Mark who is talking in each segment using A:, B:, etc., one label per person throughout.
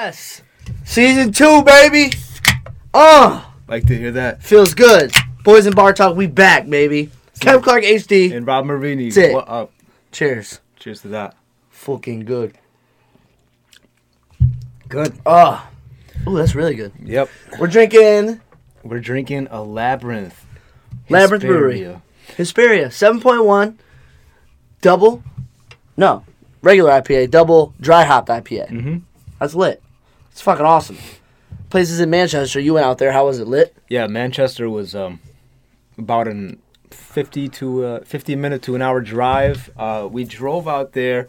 A: Yes. Season two, baby. Oh,
B: Like to hear that.
A: feels good. Boys and Bar Talk, we back, baby. Kev Clark HD.
B: And Rob Marini,
A: That's it.
B: what up?
A: Cheers.
B: Cheers to that.
A: Fucking good.
B: Good.
A: Oh. Ooh, that's really good.
B: Yep.
A: We're drinking
B: We're drinking a labyrinth.
A: Labyrinth Brewery.
B: Hesperia.
A: Hesperia 7.1 double. No, regular IPA, double dry hopped IPA.
B: Mhm.
A: That's lit. It's fucking awesome. Places in Manchester, you went out there. How was it lit?
B: Yeah, Manchester was um, about an 50 to uh, 50 minute to an hour drive. Uh, we drove out there.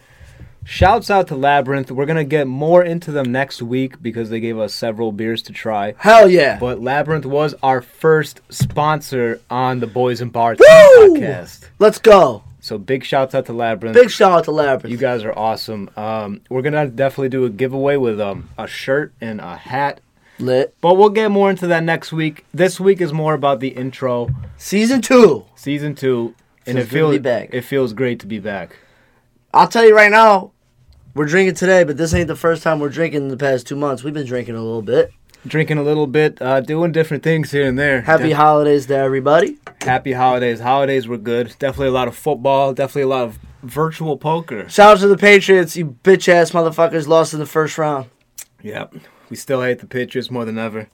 B: Shouts out to Labyrinth. We're gonna get more into them next week because they gave us several beers to try.
A: Hell yeah.
B: But Labyrinth was our first sponsor on the Boys and Bars
A: Woo!
B: podcast.
A: Let's go.
B: So big shouts out to Labyrinth.
A: Big shout out to Labyrinth.
B: You guys are awesome. Um, we're gonna definitely do a giveaway with um, a shirt and a hat,
A: lit.
B: but we'll get more into that next week. This week is more about the intro,
A: Season two.
B: season two,
A: Feels good
B: and it
A: to
B: feels
A: be back.
B: it feels great to be back.
A: I'll tell you right now, we're drinking today, but this ain't the first time we're drinking in the past two months. We've been drinking a little bit.
B: Drinking a little bit, uh, doing different things here and there.
A: Happy
B: Def-
A: holidays to everybody.
B: happy holidays. Holidays were good. Definitely a lot of football. Definitely a lot of virtual poker.
A: Shout out to the Patriots, you bitch ass motherfuckers lost in the first round.
B: Yep. We still hate the Patriots more than ever.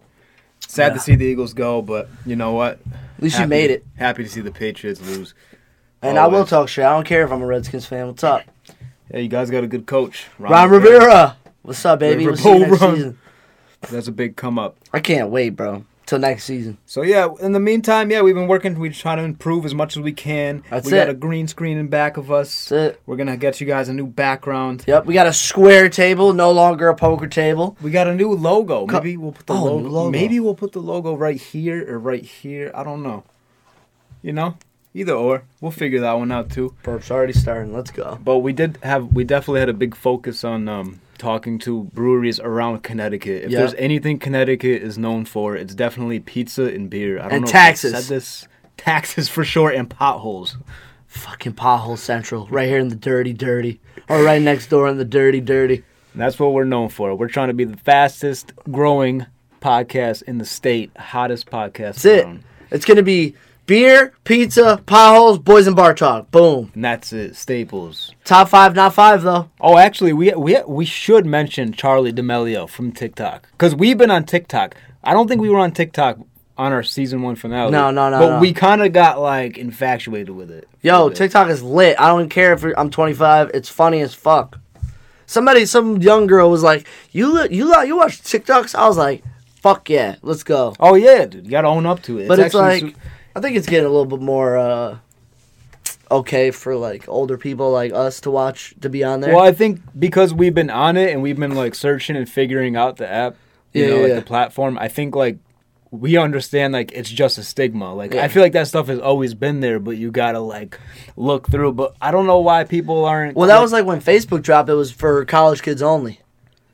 B: Sad to see the Eagles go, but you know what?
A: At least you
B: Happy-
A: made it.
B: Happy to see the Patriots lose.
A: And I will
B: Always.
A: talk shit. I don't care if I'm a Redskins fan. What's up?
B: Yeah, you guys got a good coach,
A: Ron Rivera. What's up, baby? We'll see you next
B: Rivera.
A: season.
B: That's a big come up.
A: I can't wait, bro. Till next season.
B: So yeah, in the meantime, yeah, we've been working. We're trying to improve as much as we can.
A: That's
B: we got
A: it.
B: a green screen in back of us.
A: That's it.
B: We're gonna get you guys a new background.
A: Yep, we got a square table, no longer a poker table.
B: We got a new logo. Maybe we'll put the
A: Oh,
B: logo,
A: new logo.
B: Maybe we'll put the logo right here or right here. I don't know. You know, either or. We'll figure that one out too.
A: Burp's already starting. Let's go.
B: But we did have we definitely had a big focus on um, talking to breweries around Connecticut. If
A: Yeah.
B: there's anything Connecticut is known for, it's definitely pizza and beer. I don't
A: And
B: know if I
A: taxes.
B: said this taxes for sure and potholes.
A: Fucking pothole central, right here in the dirty, dirty, or right next door in the dirty, dirty.
B: And that's what we're known for. We're trying to be the fastest growing podcast in the state, hottest podcast.
A: That's it.
B: around.
A: It's gonna be beer, pizza, potholes, boys and bar talk. Boom.
B: And that's it. Staples.
A: Top five, not five though.
B: Oh, actually, we we we should mention Charlie D'Amelio from TikTok because we've been on TikTok. I don't think we were on TikTok on our season one finale.
A: No, no, no,
B: But
A: no.
B: we kind of got like infatuated with it.
A: Yo,
B: With it.
A: TikTok is lit. I don't even care if you're- I'm 25. It's funny as fuck. Somebody, some young girl was like, "You li- you li- you watch TikToks?" I was like, "Fuck yeah, let's go."
B: Oh yeah, dude, you gotta own up to it.
A: But it's,
B: actually
A: like,
B: su-
A: I think it's getting a little bit more uh, okay for like older people like us to watch to be on there.
B: well, I think because we've been on it and we've been like searching and figuring out the app, you
A: Yeah,
B: know,
A: yeah,
B: like
A: yeah.
B: the platform. I think like we understand like it's just a stigma. Like
A: Yeah.
B: I feel like that stuff has always been there, but you gotta like look through. But I don't know why people aren't.
A: Well, that was like when Facebook dropped. It was for college kids only,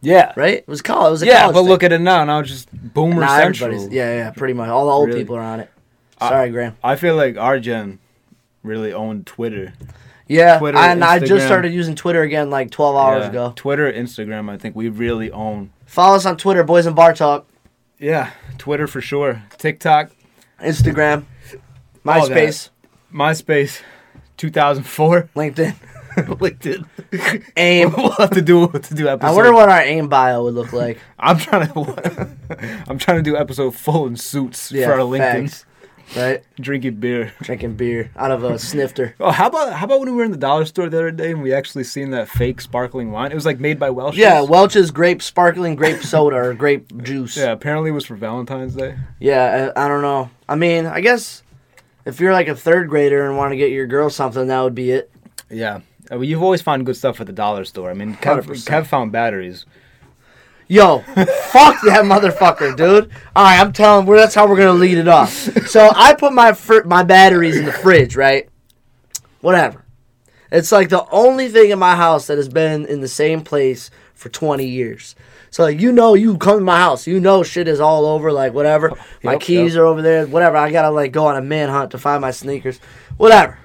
B: yeah,
A: right? It was college. It was a
B: Yeah,
A: college
B: but
A: thing.
B: look at it now. Now it's just boomer
A: Nah, everybody's-
B: central.
A: Yeah, yeah, pretty much. All the old
B: Really?
A: people are on it.
B: Uh,
A: Sorry, Graham.
B: I feel like our gen really owned Twitter.
A: Yeah,
B: Twitter,
A: and I
B: Instagram.
A: just started using Twitter again like 12 hours
B: Yeah.
A: ago.
B: Twitter, Instagram. I think we really own.
A: Follow us on Twitter, Boys and Bar Talk,
B: Yeah, Twitter for sure. TikTok,
A: Instagram,
B: All that.
A: MySpace,
B: MySpace, 2004,
A: LinkedIn,
B: LinkedIn.
A: AIM.
B: we'll have to do we'll have to do episode.
A: I wonder what our AIM bio would look like.
B: I'm trying to. I'm trying to do episode full in suits
A: Yeah,
B: for our LinkedIn.
A: facts. Right?
B: Drinking beer.
A: Drinking beer out of a snifter.
B: Oh, how about how about when we were in the dollar store the other day and we actually seen that fake sparkling wine? It was like made by Welsh.
A: Yeah, Welch's grape sparkling grape soda or grape juice.
B: Yeah, apparently it was for Valentine's Day.
A: Yeah, I, I don't know. I mean, I guess if you're like a third grader and want to get your girl something, that would be it.
B: Yeah. I mean, you've always found good stuff at the dollar store. I mean, Kev,
A: 100%.
B: Kev found batteries.
A: Yo, fuck that motherfucker, dude. All right, I'm telling. Well, that's how we're gonna lead it off. So I put my fr- my batteries in the fridge, right? Whatever. It's like the only thing in my house that has been in the same place for 20 years. So like, you know, you come to my house, you know, shit is all over, like whatever. My
B: Yep,
A: keys
B: yep.
A: are over there, whatever. I gotta like go on a manhunt to find my sneakers, whatever.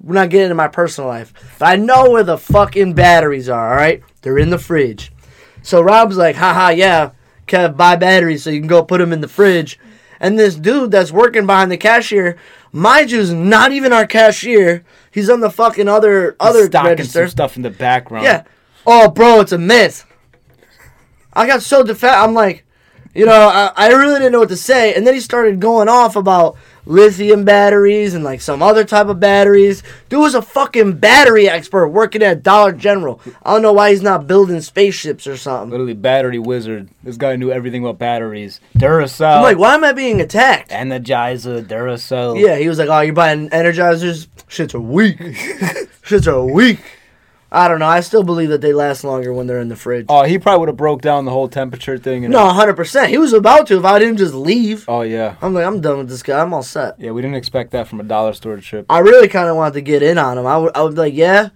A: We're not getting into my personal life, but I know where the fucking batteries are. All right, they're in the fridge. So Rob's like, haha, yeah, Kev, buy batteries so you can go put them in the fridge. And this dude that's working behind the cashier, mind you's not even our cashier. He's on the fucking other other
B: stocking some
A: register.
B: stuff in the background.
A: Yeah. Oh, bro, it's a myth. I got so defend. I'm like, you know, I, I really didn't know what to say. And then he started going off about lithium batteries and like some other type of batteries. Dude was a fucking battery expert working at Dollar General. I don't know why he's not building spaceships or something.
B: Literally, battery wizard. This guy knew everything about batteries. Duracell.
A: I'm like, why am I being attacked?
B: Energizer, Duracell.
A: Yeah, he was like, "Oh, you're buying energizers? Shits are weak. Shits are weak." I don't know. I still believe that they last longer when they're in the fridge.
B: Oh, he probably would have broke down the whole temperature thing. And
A: No, 100%. He was about to if I didn't just leave.
B: Oh yeah.
A: I'm like, I'm done with this guy. I'm all set.
B: Yeah, we didn't expect that from a dollar store trip.
A: I really kind of wanted to get in on him. I would, I would be like, yeah,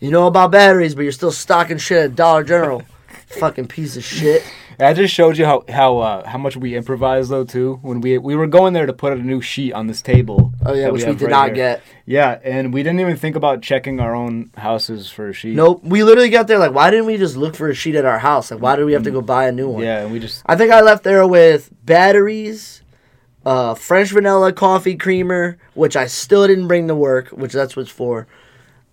A: you know about batteries, but you're still stocking shit at Dollar General. Fucking piece of shit.
B: I just showed you how how uh, how much we improvised though too when we we were going there to put a new sheet on this table.
A: Oh, yeah,
B: that
A: which we,
B: have
A: did
B: right
A: not
B: here.
A: get.
B: Yeah, and we didn't even think about checking our own houses for a sheet.
A: Nope. We literally got there like, why didn't we just look for a sheet at our house? Like, why did we have to go buy a new one?
B: Mm. Yeah, and we just
A: I think I left there with batteries, uh, French vanilla coffee creamer, which I still didn't bring to work, which that's what's for,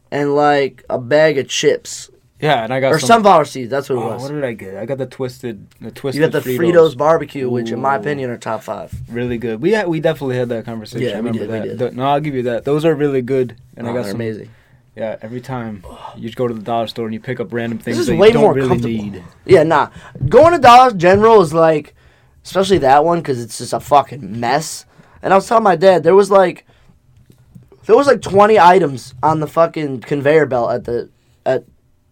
A: and like a bag of chips
B: yeah, and I got
A: or
B: some,
A: sunflower seeds. That's what it
B: Oh,
A: was.
B: what did I get? I got the twisted the
A: You
B: twisted.
A: got the Fritos, barbecue, which in my
B: Ooh.
A: opinion are top five.
B: really good. We had, we definitely had that conversation.
A: Yeah,
B: I
A: we
B: remember
A: did, we
B: that.
A: did.
B: Th- no, I'll give you that. Those are really good,
A: And
B: and I got some.
A: amazing.
B: Yeah, every time you go to the dollar store and you pick up random things
A: is
B: that
A: way
B: you don't
A: more
B: really
A: comfortable.
B: need.
A: Yeah, nah. Going to Dollar General is like, especially that one, because it's just a fucking mess. And I was telling my dad there was like, there was like twenty items on the fucking conveyor belt at the at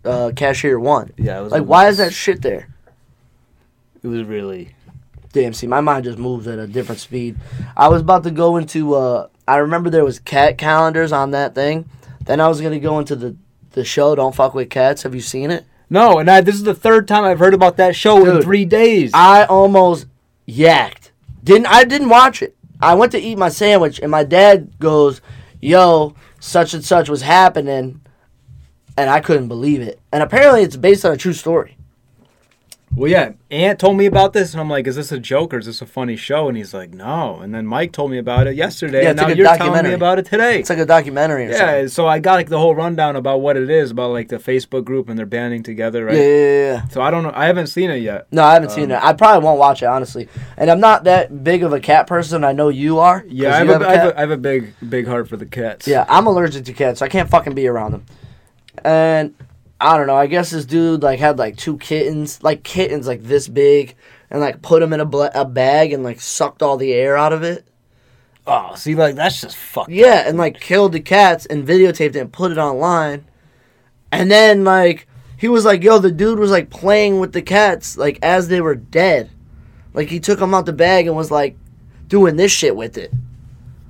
A: uh, cashier one.
B: Yeah, it was
A: Like, why is that shit there?
B: It was really.
A: Damn, see, my mind just moves at a different speed. I was about to go into. Uh, I remember there was cat calendars on that thing. Then I was gonna go into the the show. Don't fuck with cats. Have you seen it?
B: No, and I, this is the third time I've heard about that show in
A: Dude.
B: three days.
A: I almost yacked. Didn't I didn't watch it. I went to eat my sandwich and my dad goes, "Yo, such and such was happening." And I couldn't believe it. And apparently it's based on a true story.
B: well, yeah, Aunt told me about this, and I'm like, "Is this a joke or is this a funny show?" And he's like, "No." And then Mike told me about it yesterday,
A: Yeah,
B: and
A: it's
B: now
A: like a
B: you're telling me
A: documentary.
B: about it today.
A: It's like a documentary or
B: yeah, so I got like the whole rundown about what it is about like the Facebook group and they're banding together, right?
A: something. Yeah, yeah, yeah, yeah.
B: So I don't know. I haven't seen it yet.
A: No, I haven't
B: Um,
A: seen it. I probably won't watch it honestly. And I'm not that big of a cat person. I know you are. 'cause
B: Yeah, I have,
A: you
B: a, I,
A: cat.
B: have a, I have a big, big heart for the cats.
A: Yeah, I'm allergic to cats, so I can't fucking be around them. And I don't know. I guess this dude like had like two kittens, like kittens like this big, and like put them in a, bla a bag and like sucked all the air out of it.
B: Oh, see, like that's just fucked.
A: Yeah, and like killed the cats and videotaped it and put it online. And then like he was like, yo, the dude was like playing with the cats like as they were dead. Like he took them out the bag and was like doing this shit with it.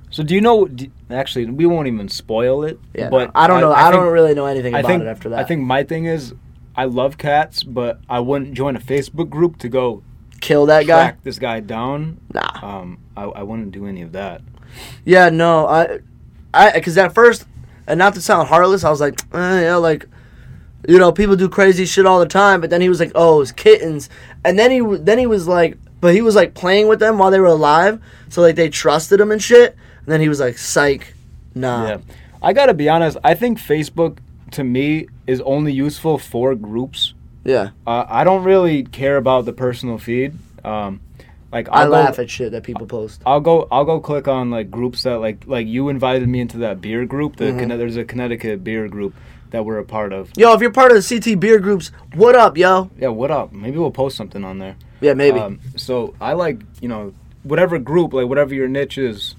B: So do you know? Do, actually, we won't even spoil it.
A: Yeah,
B: but
A: I don't know. I,
B: think-
A: don't really know anything
B: I
A: about
B: think
A: it after that.
B: I think my thing is, I love cats, but I wouldn't join a Facebook group to go
A: kill that guy.
B: track this guy down.
A: Nah.
B: Um, I, I wouldn't do any of that.
A: Yeah, no, I, I, because at first, and not to sound heartless, I was like, eh, yeah, like, you know, people do crazy shit all the time. But then he was like, oh, it's kittens, and then he, w- then he was like, but he was like playing with them while they were alive, so like they trusted him and shit. And then he was like, psych, nah.
B: Yeah, Um, I gotta be honest. I think Facebook to me is only useful for groups.
A: Yeah.
B: Uh, I don't really care about the personal feed. Um, like
A: I
B: I'll go-
A: laugh at shit that people post.
B: I'll go. I'll go click on like groups that like like you invited me into that beer group.
A: Mm-hmm.
B: The Conne- there's a Connecticut beer group that we're a part of.
A: Yo, if you're part of the CT beer groups, what up, yo?
B: Yeah, what up? Maybe we'll post something on there.
A: Yeah, maybe.
B: Um, so I like you know whatever group like whatever your niche is,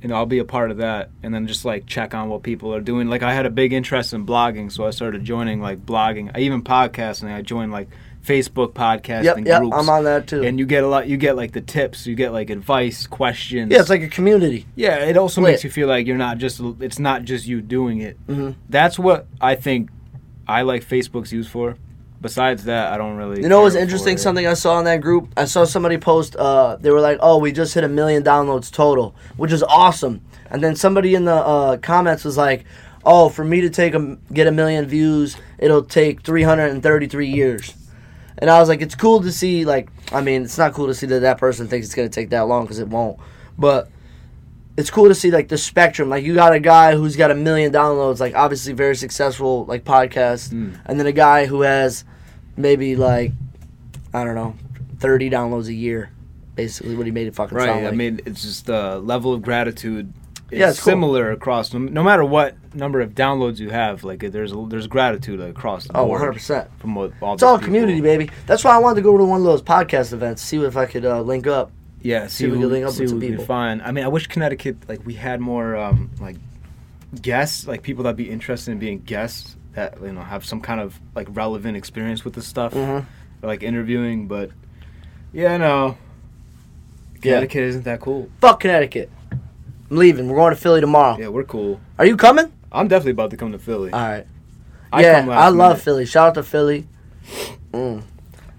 B: you know I'll be a part of that and then just like check on what people are doing. Like I had a big interest in blogging, so I started joining like blogging. I even podcasting. I joined like Facebook podcasting
A: yep, yep,
B: groups.
A: I'm on that too.
B: and you get a lot. You get like the tips. You get like advice, questions.
A: yeah, it's like a community.
B: Yeah, it also
A: Lit.
B: makes you feel like you're not just. It's not just you doing it.
A: Mhm.
B: That's what I think. I like Facebook's used for. Besides that, I don't really.
A: You know what's
B: care for
A: interesting?
B: it.
A: Something I saw in that group. I saw somebody post. Uh, they were like, "Oh, we just hit a million downloads total, which is awesome." And then somebody in the uh, comments was like, "Oh, for me to take a m get a million views, it'll take 333 years." And I was like, it's cool to see. Like, I mean, it's not cool to see that that person thinks it's gonna take that long because it won't. But it's cool to see like the spectrum. Like, you got a guy who's got a million downloads, like obviously very successful, like podcast,
B: Mm.
A: and then a guy who has maybe like I don't know, thirty downloads a year. Basically, what he made it fucking
B: Right.
A: sound
B: I
A: like.
B: mean, it's just the level of gratitude is
A: Yeah, it's cool.
B: similar across no, no matter what number of downloads you have. Like there's there's gratitude across the
A: oh,
B: board
A: 100 percent.
B: from what all
A: It's all community, baby. That's why I wanted to go to one of those podcast events, see if I could uh, link up.
B: Yeah,
A: See
B: see,
A: if we
B: who,
A: can link up
B: see
A: with
B: who
A: some
B: we
A: people.
B: can find. I mean, I wish Connecticut like we had more um, like guests, like people that'd be interested in being guests that you know have some kind of like relevant experience with this stuff,
A: Mhm.
B: or, like interviewing. But yeah, no, Connecticut isn't that cool.
A: Fuck Connecticut. I'm leaving. We're going to Philly tomorrow.
B: Yeah, we're cool.
A: Are you coming?
B: I'm definitely about to come to Philly.
A: All right.
B: I
A: Uh, yeah,
B: come last
A: I love
B: minute.
A: Philly. Shout out to Philly. Mm.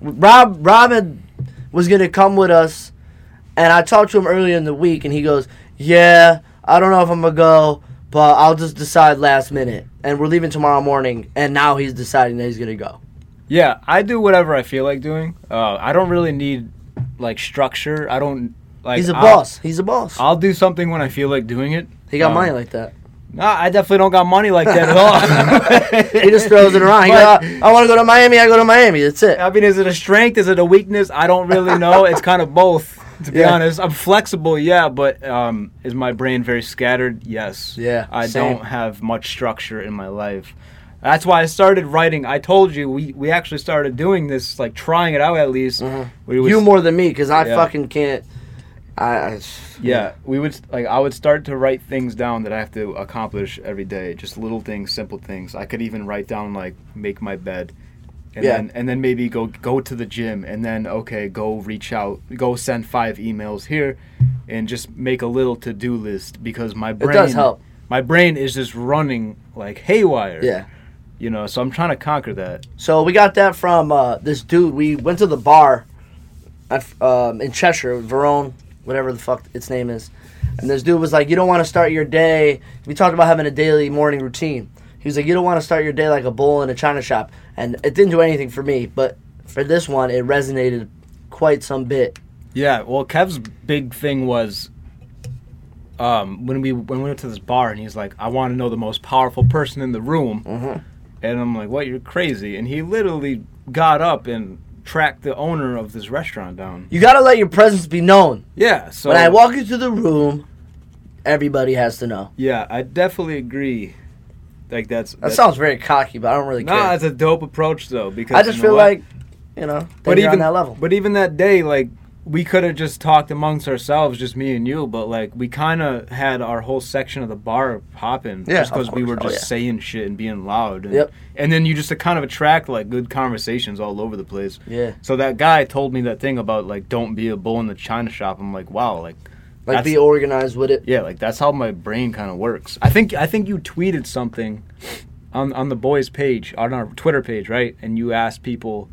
A: Rob Robin was gonna come with us, and I talked to him earlier in the week, and he goes, "Yeah, I don't know if I'm gonna go, but I'll just decide last minute." And we're leaving tomorrow morning, and now he's deciding that he's gonna go.
B: Yeah, I do whatever I feel like doing. Uh, I don't really need like structure. I don't like.
A: he's a
B: I'll-
A: boss. He's a boss.
B: I'll do something when I feel like doing it.
A: he got
B: um,
A: money like that.
B: Nah, I definitely don't got money like that at all.
A: he just throws it around. He
B: But,
A: goes, I want to go to Miami. I go to Miami. That's it.
B: I mean, is it a strength? Is it a weakness? I don't really know. It's kind of both, to be
A: Yeah.
B: honest. I'm flexible, yeah, but um, is my brain very scattered? Yes.
A: Yeah,
B: I
A: same.
B: don't have much structure in my life. That's why I started writing. I told you we, we actually started doing this, like trying it out at least.
A: Mhm.
B: We would,
A: you more than me, because I
B: Yeah.
A: fucking can't. I, I
B: yeah, we would like I would start to write things down that I have to accomplish every day, just little things, simple things. I could even write down like make my bed. And
A: Yeah.
B: then and then maybe go go to the gym and then okay, go reach out, go send 5 emails here and just make a little to-do list because my
A: It
B: brain
A: does help.
B: My brain is just running like haywire.
A: Yeah.
B: You know, so I'm trying to conquer that.
A: So we got that from uh, this dude. We went to the bar at, um, in Cheshire, Verone, whatever the fuck its name is. And this dude was like, You don't want to start your day. We talked about having a daily morning routine. He was like, You don't want to start your day like a bull in a china shop. And it didn't do anything for me, but for this one, it resonated quite some bit.
B: Yeah, well, Kev's big thing was um, when we when we went to this bar, and he's like, "I want to know the most powerful person in the room,"
A: Mhm.
B: and I'm like, "What? You're crazy!" And he literally got up and tracked the owner of this restaurant down.
A: You got to let your presence be known.
B: Yeah, so
A: When I walk into the room, everybody has to know.
B: yeah, I definitely agree. Like that's
A: That sounds very cocky, but I don't really care.
B: nah, that's a dope approach though because
A: I
B: you
A: just
B: know
A: feel
B: what?
A: like, you know, that you're on that level.
B: But even that day, like we could have just talked amongst ourselves, just me and you. But like we kind of had our whole section of the bar popping,
A: Yeah,
B: just because
A: of
B: we
A: course.
B: were
A: Oh,
B: just
A: yeah.
B: saying shit and being loud. And,
A: Yep.
B: And then you just kind of attract like good conversations all over the place.
A: Yeah.
B: So that guy told me that thing about like don't be a bull in the china shop. I'm like, wow, like
A: Like
B: That's-
A: be organized with it.
B: yeah, like that's how my brain kind of works. I think I think you tweeted something on on the boys page on our Twitter page, right? And you asked people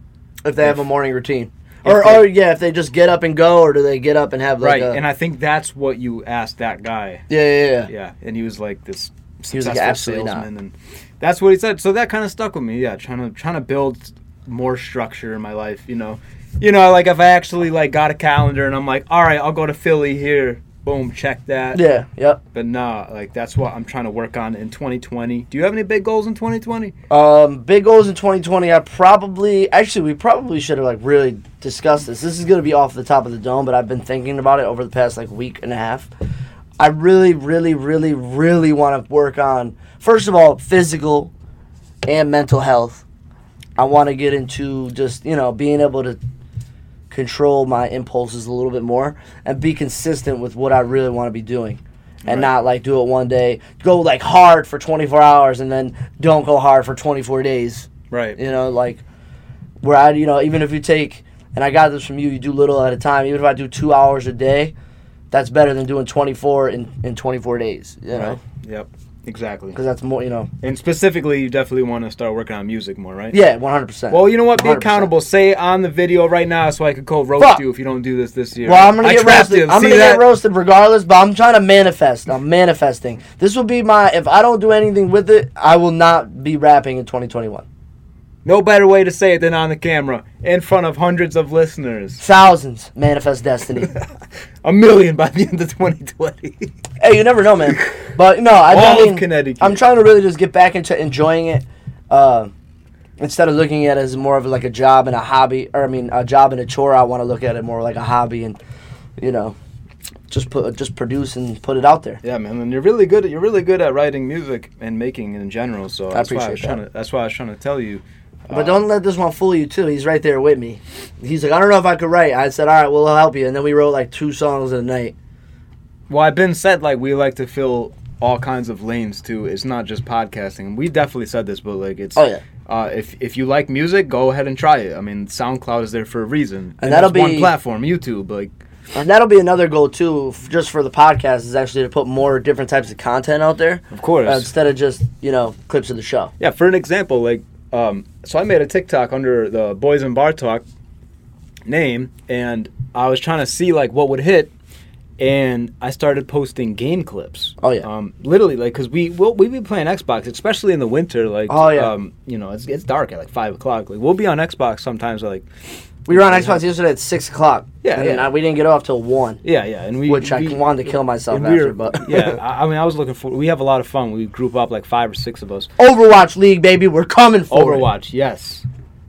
A: If they have a morning routine.
B: If
A: Or,
B: they-
A: or yeah, if they just get up and go, or do they get up and have like
B: right,
A: a
B: and I think that's what you asked that guy.
A: yeah, yeah, yeah,
B: Yeah, and he was like this
A: He was like,
B: successful
A: "Absolutely not."
B: salesman, and that's what he said. So that kind of stuck with me. Yeah, trying to trying to build more structure in my life. You know, you know, like if I actually like got a calendar and I'm like, all right, I'll go to Philly here. Boom, check that.
A: yeah, yep.
B: But nah, like that's what I'm trying to work on in 2020. Do you have any big goals in 2020?
A: Um, big goals in 2020. I probably actually we probably should have like really discussed this. This is gonna be off the top of the dome, but I've been thinking about it over the past like week and a half. I really, really, really, really want to work on first of all physical and mental health. I want to get into just you know being able to control my impulses a little bit more and be consistent with what I really want to be doing. And
B: Right.
A: not like do it one day, go like hard for 24 hours and then don't go hard for 24 days.
B: Right.
A: You know, like where I, you know, even if you take, and I got this from you, you do little at a time. Even if I do two hours a day, that's better than doing 24 in, in 24 days, you know,
B: Right. Yep. Exactly.
A: because that's more, you know,
B: And specifically, you definitely want to start working on music more, right?
A: yeah, 100%.
B: Well, you know what? Be
A: 100%.
B: accountable. Say on the video right now so I could go roast
A: Fuck.
B: you if you don't do this this year.
A: Well, I'm gonna
B: I
A: get
B: trapped
A: roasted.
B: you.
A: I'm
B: See
A: gonna
B: that?
A: get roasted regardless, but I'm trying to manifest. I'm manifesting. This will be my. If I don't do anything with it, I will not be rapping in 2021.
B: No better way to say it than on the camera, in front of hundreds of listeners.
A: Thousands manifest destiny.
B: A million by the end of 2020.
A: hey, you never know, man. But no, I,
B: All
A: I
B: of
A: mean,
B: Connecticut.
A: I'm trying to really just get back into enjoying it, uh, instead of looking at it as more of like a job and a hobby, or I mean, a job and a chore. I want to look at it more like a hobby, and you know, just put just produce and put it out there.
B: Yeah, man, and you're really good. At, you're really good at writing music and making in general. So that's why I was
A: appreciate
B: trying to. That's why I was trying to tell you. uh,
A: But don't let this one fool you too. He's right there with me. He's like, I don't know if I could write. I said, all right, we'll help you. And then we wrote like two songs in a night.
B: Well, I've been said like we like to fill all kinds of lanes too. It's not just podcasting. We definitely said this, but like it's.
A: Oh, yeah.
B: Uh, if if you like music, go ahead and try it. I mean, SoundCloud is there for a reason,
A: And that'll
B: there's one
A: be-
B: platform, YouTube. Like,
A: And that'll be another goal too, f- just for the podcast, is actually to put more different types of content out there
B: of course,
A: uh, instead of just you know clips of the show.
B: Yeah, for an example, like, um, so I made a TikTok under the Boys and Bar Talk name, and I was trying to see like what would hit, and I started posting game clips.
A: Oh, yeah.
B: um, literally like because we we'll, we be playing Xbox, especially in the winter. Like,
A: Oh, yeah.
B: um, you know, it's it's dark at like five o'clock. Like, we'll be on Xbox sometimes. Like,
A: We were on Xbox yesterday at six o'clock.
B: Yeah,
A: and
B: yeah.
A: I- we didn't get off till one,
B: yeah, yeah, and we
A: which I
B: we-
A: wanted to kill myself
B: and we
A: after.
B: were-
A: but
B: yeah, I, I mean, I was looking for. We have a lot of fun. We group up like five or six of us.
A: Overwatch League, baby, we're coming for it.
B: Overwatch, yes.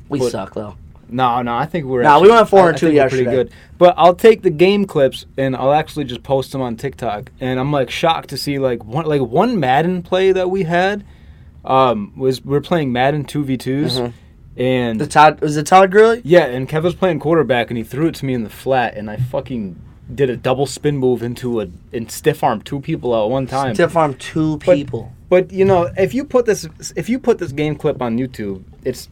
A: We
B: But-
A: suck though.
B: No, no, I think we're.
A: No, we
B: actually-
A: went four
B: I-
A: and
B: I
A: two
B: think we're Pretty
A: yesterday.
B: good, but I'll take the game clips and I'll actually just post them on TikTok. And I'm like shocked to see like one like one Madden play that we had um, was we are playing Madden two v twos,
A: Mm-hmm.
B: and
A: The Todd was it Todd Gurley?
B: yeah, and Kev was playing quarterback and he threw it to me in the flat and I fucking did a double spin move into a and stiff arm two people at one time.
A: Stiff arm two
B: But-
A: people.
B: But you know, if you put this if you put this game clip on YouTube, it's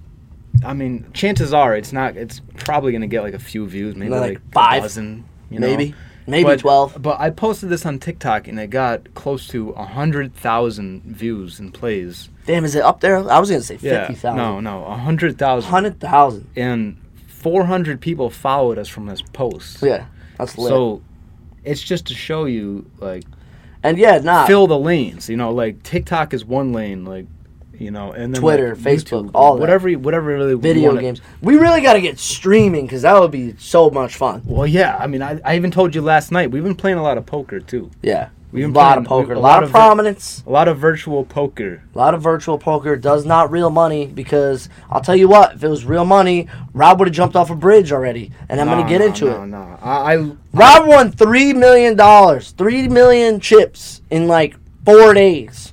B: I mean, chances are it's not it's probably gonna get like a few views, maybe
A: Like
B: like,
A: five,
B: a dozen, you know?
A: maybe, maybe
B: But-
A: twelve.
B: But I posted this on TikTok and it got close to a hundred thousand views and plays.
A: Damn, is it up there? I was gonna say
B: Yeah.
A: fifty thousand.
B: No, no, a hundred thousand.
A: Hundred thousand.
B: And four hundred people followed us from this post.
A: Yeah, that's lit.
B: So it's just to show you like
A: and yeah, nah.
B: fill the lanes. You know, like TikTok is one lane, like you know, and then
A: Twitter,
B: like,
A: Facebook, all that.
B: whatever, you- whatever really we
A: video
B: wanna-
A: games. We really got to get streaming because that would be so much fun.
B: Well, yeah. I mean, I, I even told you last night we've been playing a lot of poker too,
A: Yeah,
B: We've
A: a
B: been
A: lot of
B: playing-
A: poker,
B: we-
A: a
B: a
A: lot,
B: lot
A: of
B: of it.
A: prominence,
B: a lot of virtual poker.
A: a lot of virtual poker. Does not real money because I'll tell you what, if it was real money, Rob would have jumped off a bridge already, and I'm gonna
B: Nah,
A: get
B: nah,
A: into
B: nah,
A: it.
B: nah. I, I
A: Rob won three million dollars, three million chips in like four days,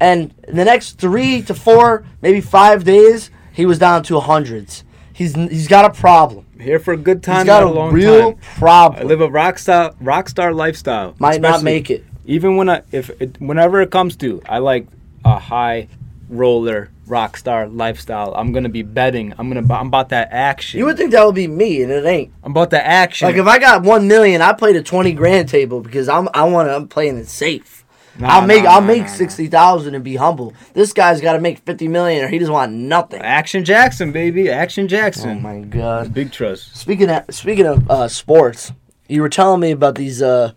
A: and in the next three to four, maybe five days, he was down to hundreds. He's he's got a problem.
B: here for a good
A: He's
B: time,
A: got
B: not
A: a,
B: a long
A: real
B: time. I
A: problem.
B: live a rock star, rock star lifestyle.
A: Might not
B: especially-
A: make it.
B: Even when I, if it, whenever it comes to, I like a high roller rock star lifestyle. I'm gonna be betting. I'm gonna. bu- I'm about that action.
A: You would think that would be me, and it ain't.
B: I'm about the action.
A: Like if I got one million, I played a twenty grand table because I'm I want to. I'm playing it safe.
B: Nah,
A: I'll make
B: nah,
A: I'll
B: nah,
A: make
B: nah, nah.
A: sixty thousand and be humble. This guy's got to make fifty million, or he doesn't want nothing.
B: Action Jackson, baby. Action
A: Oh
B: Jackson.
A: my god!
B: Big trust.
A: Speaking of speaking of uh, sports, you were telling me about these uh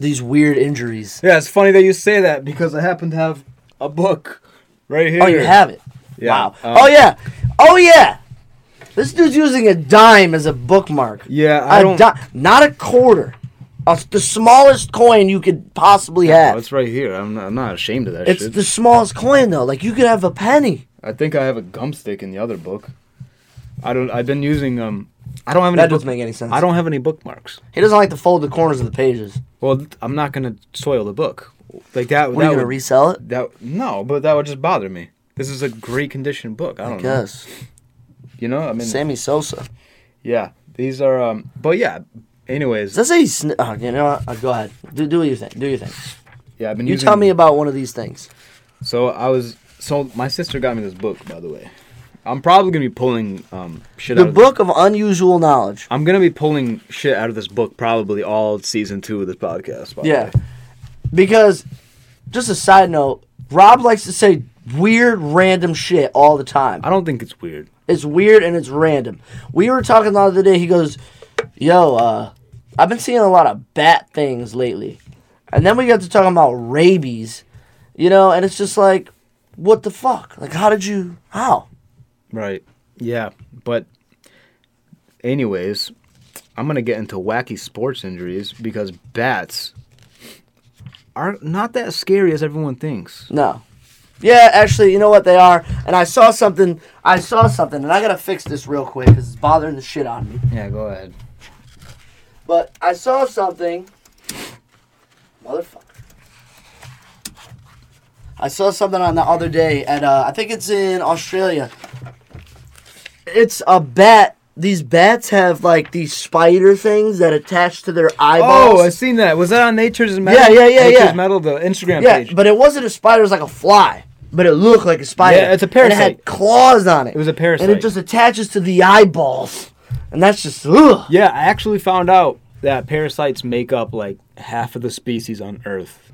A: these weird injuries.
B: Yeah, it's funny that you say that because I happen to have a book right here.
A: Oh, you have it.
B: Yeah,
A: Wow.
B: um,
A: oh yeah. Oh yeah. This dude's using a dime as a bookmark.
B: Yeah, I
A: A
B: don't.
A: di- not a quarter. A, the smallest coin you could possibly
B: Oh,
A: have.
B: it's right here. I'm not, I'm not ashamed of that
A: It's
B: shit.
A: the smallest coin though. Like you could have a penny.
B: I think I have a gum stick in the other book. I don't. I've been using um. I don't have any.
A: That doesn't
B: book-
A: make any sense.
B: I don't have any bookmarks.
A: He doesn't like to fold the corners of the pages.
B: Well, th- I'm not gonna soil the book. Like that.
A: What
B: that
A: are you gonna
B: would,
A: resell it?
B: that no, but that would just bother me. This is a great condition book. I don't know.
A: Yes.
B: You know. I mean.
A: Sammy Sosa.
B: Yeah. These are um. But yeah. Anyways.
A: Does that say he? Sn- oh, you know what? Oh, go ahead. Do, do what you think. Do your thing.
B: Yeah. I've been
A: You
B: using.
A: tell me about one of these things.
B: So I was so my sister got me this book, by the way. I'm probably gonna be pulling um shit
A: The
B: out of
A: book of unusual knowledge.
B: I'm gonna be pulling shit out of this book probably all season two of this podcast. by the
A: Yeah.
B: way.
A: Because, just a side note, Rob likes to say weird, random shit all the time.
B: I don't think it's weird.
A: It's weird and it's random. We were talking the other day. He goes, "Yo, uh, I've been seeing a lot of bat things lately," and then we got to talking about rabies, you know. And it's just like, what the fuck? Like, how did you? How?
B: Right. Yeah. But, anyways, I'm gonna get into wacky sports injuries because bats are not that scary as everyone thinks.
A: No. Yeah, actually, you know what they are. And I saw something. I saw something, and I gotta fix this real quick because it's bothering the shit out of me.
B: Yeah. Go ahead.
A: But I saw something. Motherfucker. I saw something on the other day at uh, I think it's in Australia. It's a bat. These bats have like these spider things that attach to their eyeballs.
B: Oh, I seen that. Was that on Nature's Metal?
A: yeah, yeah,
B: Nature's
A: yeah.
B: Metal, the Instagram
A: yeah,
B: page.
A: but it wasn't a spider. It was like a fly, but it looked like a spider.
B: Yeah, it's a
A: And it had
B: parasite.
A: claws on it.
B: It was a
A: and it
B: parasite.
A: just attaches to the eyeballs, and that's just ugh.
B: yeah, I actually found out that parasites make up like half of the species on Earth.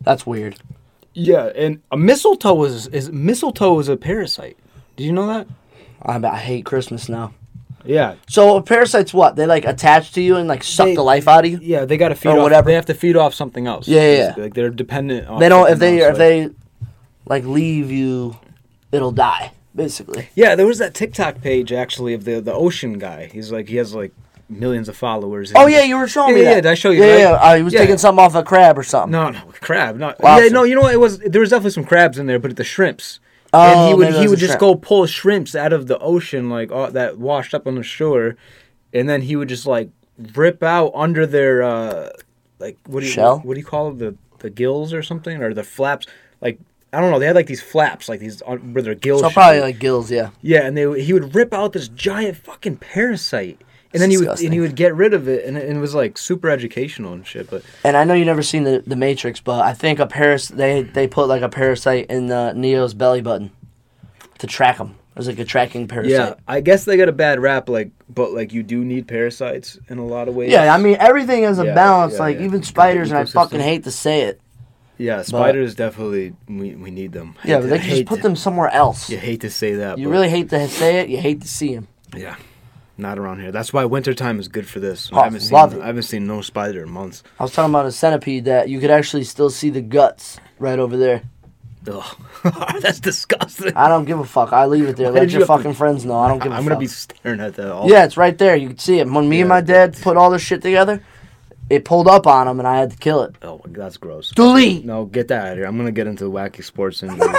A: That's weird.
B: Yeah, and a mistletoe is is mistletoe is a parasite. Did you know that?
A: I, I hate Christmas now.
B: Yeah,
A: So a parasite's what? They like attach to you and like suck
B: They-
A: the life out of you.
B: yeah. They got to feed
A: Or
B: off.
A: whatever.
B: They have to feed off something else.
A: Yeah, yeah, yeah.
B: basically. Like they're dependent. on
A: They don't. If
B: something
A: they if
B: else, like-
A: they like leave you, it'll die basically.
B: Yeah, there was that TikTok page actually of the the ocean guy. He's like he has like millions of followers.
A: Oh yeah, you were showing
B: Yeah,
A: me
B: yeah,
A: that.
B: yeah, did I show you,
A: Yeah,
B: right?
A: yeah. I was
B: Yeah.
A: taking something off a crab or something.
B: No, no, crab. Not
A: Lobster.
B: yeah, no. You know what? It was there was definitely some crabs in there, but the shrimps.
A: Oh,
B: and he
A: maybe
B: would
A: that
B: he
A: was
B: would
A: a
B: just
A: shrimp.
B: go pull shrimps out of the ocean like all, that washed up on the shore, and then he would just like rip out under their uh like what do you
A: Shell?
B: what do you call it? the the gills or something or the flaps like. I don't know. They had like these flaps, like these on, where their gills.
A: So
B: should
A: probably
B: be.
A: like gills. Yeah.
B: Yeah, and they he would rip out this giant fucking parasite, and then he would
A: disgusting.
B: and he would get rid of it, and, it- and it was like super educational and shit. But
A: And I know you never seen the, the Matrix, but I think a paras they they put like a parasite in uh, Neo's belly button to track him. It was like a tracking
B: yeah,
A: parasite.
B: I guess they got a bad rap. Like, but like you do need parasites in a lot of ways.
A: Yeah, I mean everything is a
B: Yeah,
A: balance.
B: yeah,
A: like
B: yeah.
A: even spiders, and I
B: Ecosystem.
A: fucking hate to say it.
B: yeah, spiders definitely we, we need them.
A: Yeah, but
B: Hate to-
A: they can just
B: hate
A: put
B: to-
A: them somewhere else.
B: You hate to say that.
A: You
B: but-
A: really hate to say it. You hate to see him.
B: Yeah, not around here. That's why wintertime is good for this.
A: Oh,
B: I haven't seen
A: love it.
B: I haven't seen no spider in months.
A: I was talking about a centipede that you could actually still see the guts right over there.
B: Ugh, that's disgusting.
A: I don't give a fuck. I leave it there.
B: Why
A: Let
B: did
A: your
B: you have to-
A: fucking friends know. I don't give a
B: I'm
A: fuck.
B: gonna be staring at that all.
A: Yeah, it's right there. You can see it. When me and
B: Yeah.
A: my dad put all this shit together, it pulled up on him, and I had to kill it.
B: Oh, that's gross.
A: Delete.
B: No, get that out of here. I'm gonna get into wacky sports injuries.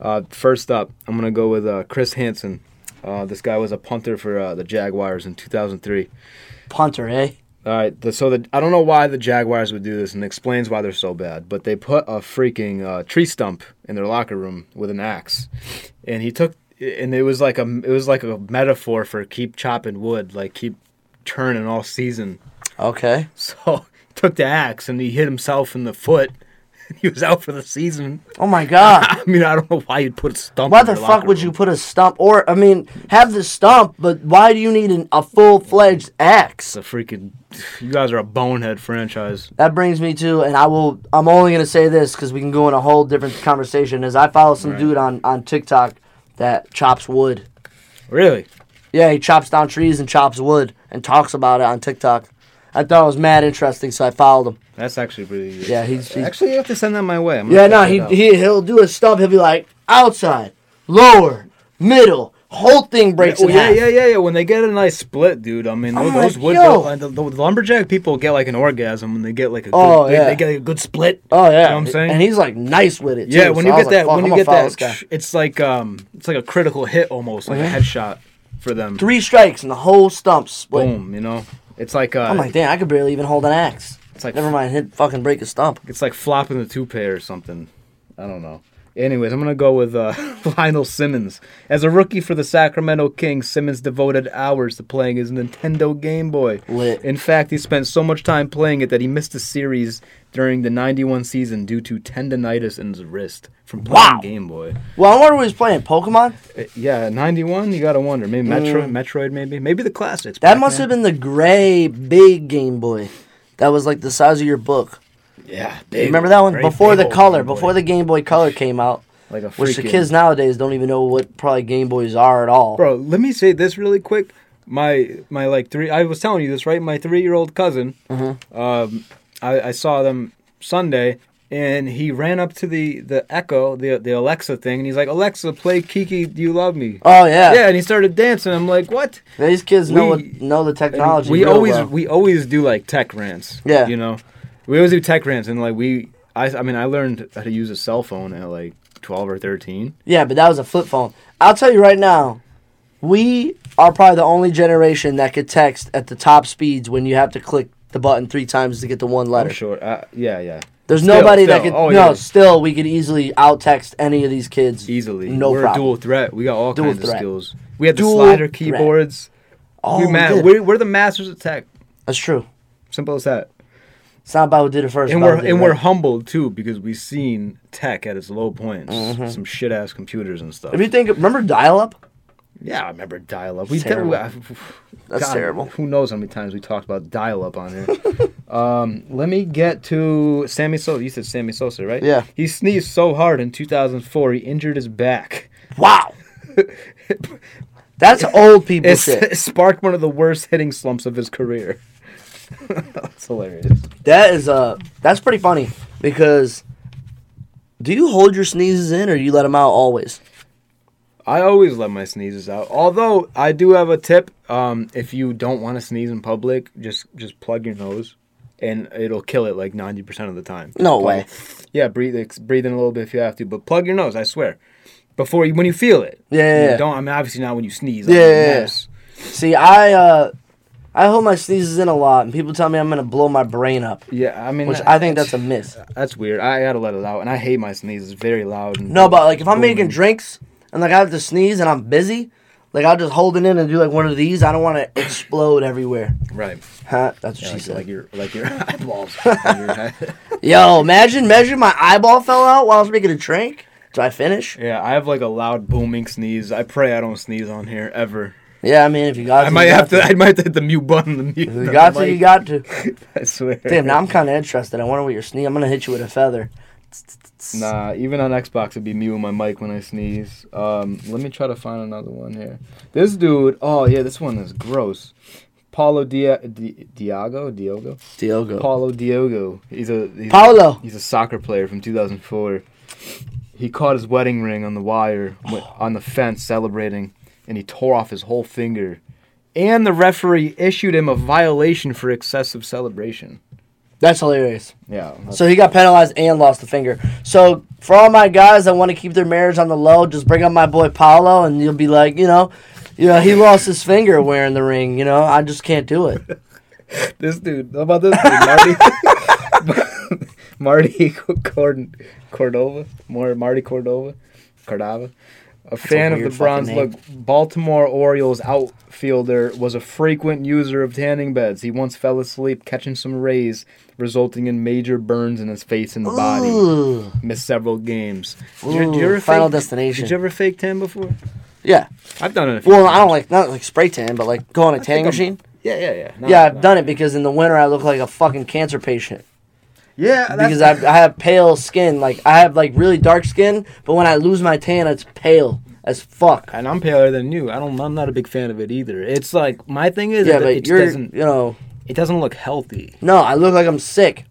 B: uh, first up, I'm gonna go with uh, Chris Hansen. Uh, this guy was a punter for uh, the Jaguars in 2003.
A: Punter, eh?
B: All right, the, so the, I don't know why the Jaguars would do this, and it explains why they're so bad. But they put a freaking uh, tree stump in their locker room with an axe, and he took, and it was like a it was like a metaphor for keep chopping wood, like keep turning all season.
A: Okay.
B: So he took the axe and he hit himself in the foot. He was out for the season.
A: Oh my god.
B: I mean, I don't know why you'd put a stump.
A: Why
B: in
A: the
B: your
A: fuck
B: locker
A: would you
B: room.
A: put a stump? Or I mean, have the stump, but why do you need an, a full fledged axe?
B: It's a freaking. You guys are a bonehead franchise.
A: That brings me to, and I will. I'm only gonna say this because we can go in a whole different conversation. Is I follow some dude on on TikTok that chops wood.
B: Really?
A: Yeah, he chops down trees and chops wood and talks about it on TikTok. I thought it was mad interesting, so I followed him.
B: That's actually pretty.
A: Yeah, he's- he's-
B: actually you have to send that my way. I'm gonna
A: Yeah,
B: check
A: no,
B: that
A: he,
B: out.
A: he he'll do his stuff. He'll be like outside, lower, middle, whole thing breaks
B: Oh,
A: in
B: yeah,
A: half.
B: yeah, yeah, yeah. When they get a nice split, dude. I mean,
A: I'm
B: those
A: like,
B: wood,
A: yo.
B: the, the lumberjack people get like an orgasm when they get like a. Good,
A: Oh,
B: they,
A: yeah.
B: they get a good split.
A: Oh yeah,
B: You know what I'm saying?
A: and he's like nice with it. Too,
B: yeah, when
A: so
B: you
A: I was
B: get that,
A: like,
B: when
A: fuck,
B: you
A: I'm
B: get
A: gonna follow
B: that,
A: this guy.
B: tr- it's like um, it's like a critical hit almost, like a headshot for them.
A: three strikes and the whole stump split.
B: Boom, you know. It's like uh,
A: I'm like, damn, I could barely even hold an axe.
B: it's like
A: Never mind, hit fucking break a stump.
B: It's like flopping the toupee or something. I don't know. Anyways, I'm gonna go with uh, Lionel Simmons. As a rookie for the Sacramento Kings, Simmons devoted hours to playing his Nintendo Game Boy.
A: Lit.
B: In fact, he spent so much time playing it that he missed a series during the '91 season due to tendonitis in his wrist from playing
A: Wow.
B: Game Boy.
A: Well, I wonder what he was playing Pokemon.
B: Uh, yeah, '91. You gotta wonder. Maybe Metro, Metroid. Maybe. Maybe the classics.
A: Mm. That must have been the gray big Game Boy. That was like the size of your book.
B: been. Yeah.
A: You
B: big,
A: remember that one?
B: great
A: before
B: big
A: the
B: old
A: color,
B: Game Boy.
A: before the Game Boy Color came out.
B: Like a
A: Which the
B: freaking-
A: kids nowadays don't even know what probably Game Boys are at all.
B: Bro, let me say this really quick. My my like three. I was
A: Uh-huh.
B: telling you this right. My three year old cousin. Um, I, I saw them Sunday, and he ran up to the the Echo, the the Alexa thing, and he's like, "Alexa, play Kiki, Do You Love Me."
A: Oh yeah.
B: Yeah, and he started dancing. I'm like, "What?"
A: These kids know
B: We-
A: what, know the
B: And
A: technology.
B: we
A: real
B: always
A: well.
B: we always do like tech rants.
A: Yeah.
B: you know, we always do tech rants, and like we, I, I mean, I learned how to use a cell phone at like twelve or thirteen.
A: Yeah, but that was a flip phone. I'll tell you right now, we are probably the only generation that could text at the top speeds when you have to click the button three times to get the one
B: I'm
A: letter.
B: sure. Uh, yeah, yeah,
A: There's
B: Still,
A: nobody that
B: still,
A: could.
B: oh,
A: no,
B: yeah.
A: still we could easily out text any of these kids
B: easily.
A: No
B: We're
A: problem.
B: a dual threat. We got all
A: Dual
B: kinds
A: threat.
B: of skills. We had the
A: Dual
B: slider
A: threat.
B: keyboards.
A: Oh,
B: we
A: we
B: man,
A: did.
B: we're, we're the masters of tech.
A: that's true.
B: Simple as that.
A: It's not about who did it first.
B: and
A: about
B: we're
A: who did it
B: and we're
A: right.
B: humbled too because we've seen tech at its low points, some shit ass computers and stuff.
A: Mm-hmm. If you think, remember dial up?
B: yeah, I remember dial up. We did-
A: Terrible.
B: I-
A: That's terrible.
B: Who knows how many times we talked about dial up on here? um, let me get to Sammy Sosa. You said Sammy Sosa, right?
A: Yeah.
B: He sneezed so hard in 2004, he injured his back.
A: Wow, that's old people
B: It's-
A: shit.
B: It sparked one of the worst hitting slumps of his career. That's hilarious.
A: That is uh that's pretty funny because do you hold your sneezes in or you let them out always?
B: I always let my sneezes out. Although I do have a tip. Um, if you don't want to sneeze in public, just just plug your nose, and it'll kill it like ninety percent of the time.
A: No
B: Plug
A: way.
B: it. Yeah, breathe ex- breathe in a little bit if you have to, but plug your nose. I swear. Before you, when you feel it.
A: Yeah, yeah,
B: You
A: yeah.
B: Don't. I mean, obviously not when you sneeze.
A: Yeah,
B: I mean,
A: yeah, yeah.
B: yes.
A: See, I uh I hold my sneezes in a lot and people tell me I'm going to blow my brain up,
B: Yeah, I mean,
A: which I uh, think that's a miss.
B: that's weird. I gotta let it out, and I hate my sneezes. Very loud. And
A: No, but uh, like if I'm
B: booming.
A: making drinks and like I have to sneeze and I'm busy, like I'll just hold it in and do like one of these. I don't want to explode everywhere.
B: right,
A: Huh? That's what
B: yeah,
A: she
B: like,
A: said.
B: like your like your eyeballs. Your-
A: Yo, imagine measuring my eyeball fell out while I was making a drink. Do I finish?
B: Yeah, I have like a loud booming sneeze. I pray I don't sneeze on here ever.
A: Yeah, I mean if you got,
B: I
A: you
B: might
A: got
B: have to. I might have to hit the mute button. The mute.
A: If you got
B: the
A: to, you
B: mic.
A: got to.
B: I swear.
A: Damn, now I'm kind of interested. I wonder what you're sneezing. I'm gonna hit you with a feather.
B: Nah, even on Xbox, it'd be me with my mic when I sneeze. Um, let me try to find another one here. This dude. Oh yeah, this one is gross. Paulo Dia- Di- Diago Diogo.
A: Diogo.
B: Paulo Diogo. He's a he's,
A: Paulo.
B: He's a soccer player from 2004. He caught his wedding ring on the wire went on the fence celebrating, and he tore off his whole finger. And the referee issued him a violation for excessive celebration.
A: That's hilarious.
B: Yeah.
A: So he got penalized and lost a finger. So for all my guys that want to keep their marriage on the low, just bring up my boy Paolo, and you'll be like, you know, you know, he lost his finger wearing the ring. You know, I just can't do it.
B: This dude, how about this dude, Marty? Marty Cord- Cordova, more Marty Cordova, Cordova. A fan of
A: weird
B: the Bronze
A: fucking name.
B: look, Baltimore Orioles outfielder was a frequent user of tanning beds. He once fell asleep catching some rays, resulting in major burns in his face and body.
A: Ooh.
B: Missed several games.
A: Ooh, Final
B: fake,
A: Destination.
B: Did you ever fake tan before?
A: Yeah.
B: I've done it. A few
A: Well, I
B: times.
A: don't like not like spray tan, but like go on a tanning
B: I'm-
A: machine.
B: Yeah, yeah, yeah. No,
A: yeah, I've
B: no.
A: done it because in the winter I look like a fucking cancer patient.
B: Yeah, that's-
A: because I, I have pale skin. Like I have like really dark skin, but when I lose my tan, it's pale as fuck.
B: and I'm paler than you. I don't. I'm not a big fan of it either. It's like my thing is
A: Yeah,
B: that
A: but
B: it
A: you're
B: doesn't.
A: you know
B: It doesn't look healthy.
A: no, I look like I'm sick.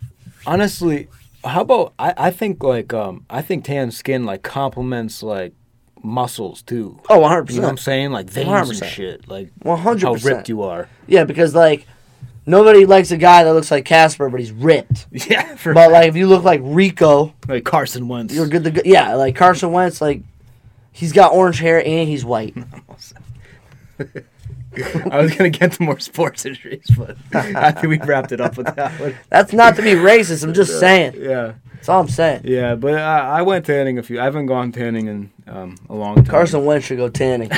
B: Honestly, how about I? I think like um. I think tan skin like complements like muscles too.
A: Oh, 100
B: You know what I'm
A: percent.
B: saying? Like veins
A: 100%.
B: and shit. Like
A: 100%.
B: How ripped you are.
A: Yeah, because like nobody likes a guy that looks like Casper, but he's ripped.
B: Yeah, for
A: But like if you look like Rico,
B: like Carson Wentz.
A: you're good to go. Yeah, like Carson Wentz, like he's got orange hair and he's white.
B: I was gonna get to more sports injuries, but I think we wrapped it up with that one.
A: That's not to be racist. I'm just saying.
B: Yeah,
A: That's all I'm saying.
B: yeah, but I, I went tanning a few. I haven't gone tanning in um, a long time.
A: Carson Wentz should go tanning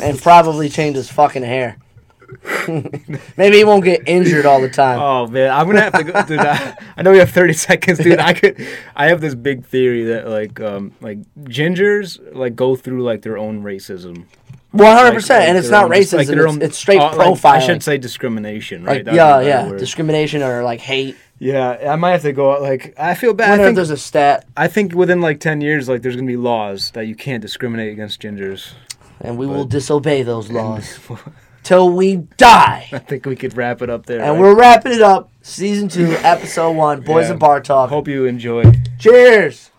A: and probably change his fucking hair. Maybe he won't get injured all the time.
B: Oh man, I'm gonna have to go, dude. I, I know we have 30 seconds, dude. I could. I have this big theory that like, um, like gingers like go through like their own racism.
A: One hundred
B: Like,
A: percent, and
B: like,
A: it's
B: their
A: not
B: own-
A: racism.
B: like, their
A: it's,
B: own-
A: it's straight
B: uh,
A: profiling.
B: like, I should say discrimination, right?
A: Like,
B: That'd be
A: yeah,
B: a better
A: yeah,
B: word.
A: discrimination or like hate.
B: yeah. I might have to go. out, Like, I feel
A: I
B: bad.
A: wonder
B: I
A: if
B: think,
A: there's a stat,
B: I think within like 10 years, like there's gonna be laws that you can't discriminate against gingers.
A: and we will disobey those laws. till we die.
B: I think we could wrap it up there.
A: And
B: right?
A: we're wrapping it up, season two, episode one, Boys
B: Yeah.
A: and Bar Talk.
B: Hope you enjoyed.
A: Cheers.